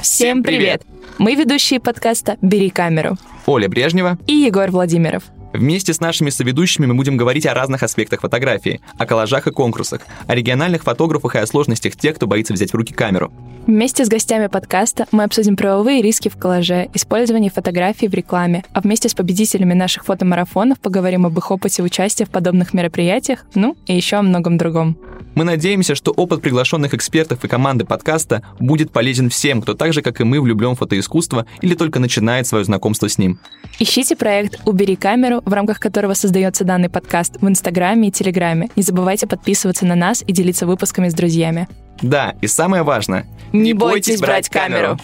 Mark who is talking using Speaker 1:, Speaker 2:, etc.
Speaker 1: Всем привет! Мы ведущие подкаста «Бери камеру»
Speaker 2: Оля Брежнева.
Speaker 1: и Егор Владимиров.
Speaker 2: Вместе с нашими соведущими мы будем говорить о разных аспектах фотографии, о коллажах и конкурсах, о региональных фотографах и о сложностях тех, кто боится взять в руки камеру.
Speaker 1: Вместе с гостями подкаста мы обсудим правовые риски в коллаже, использование фотографий в рекламе, а вместе с победителями наших фотомарафонов поговорим об их опыте участия в подобных мероприятиях, ну и еще о многом другом.
Speaker 2: Мы надеемся, что опыт приглашенных экспертов и команды подкаста будет полезен всем, кто так же, как и мы, влюблен в фотоискусство или только начинает свое знакомство с ним.
Speaker 1: Ищите проект «Убери камеру», в рамках которого создается данный подкаст в Инстаграме и Телеграме. Не забывайте подписываться на нас и делиться выпусками с друзьями.
Speaker 2: Да, и самое важное...
Speaker 1: Не бойтесь брать камеру.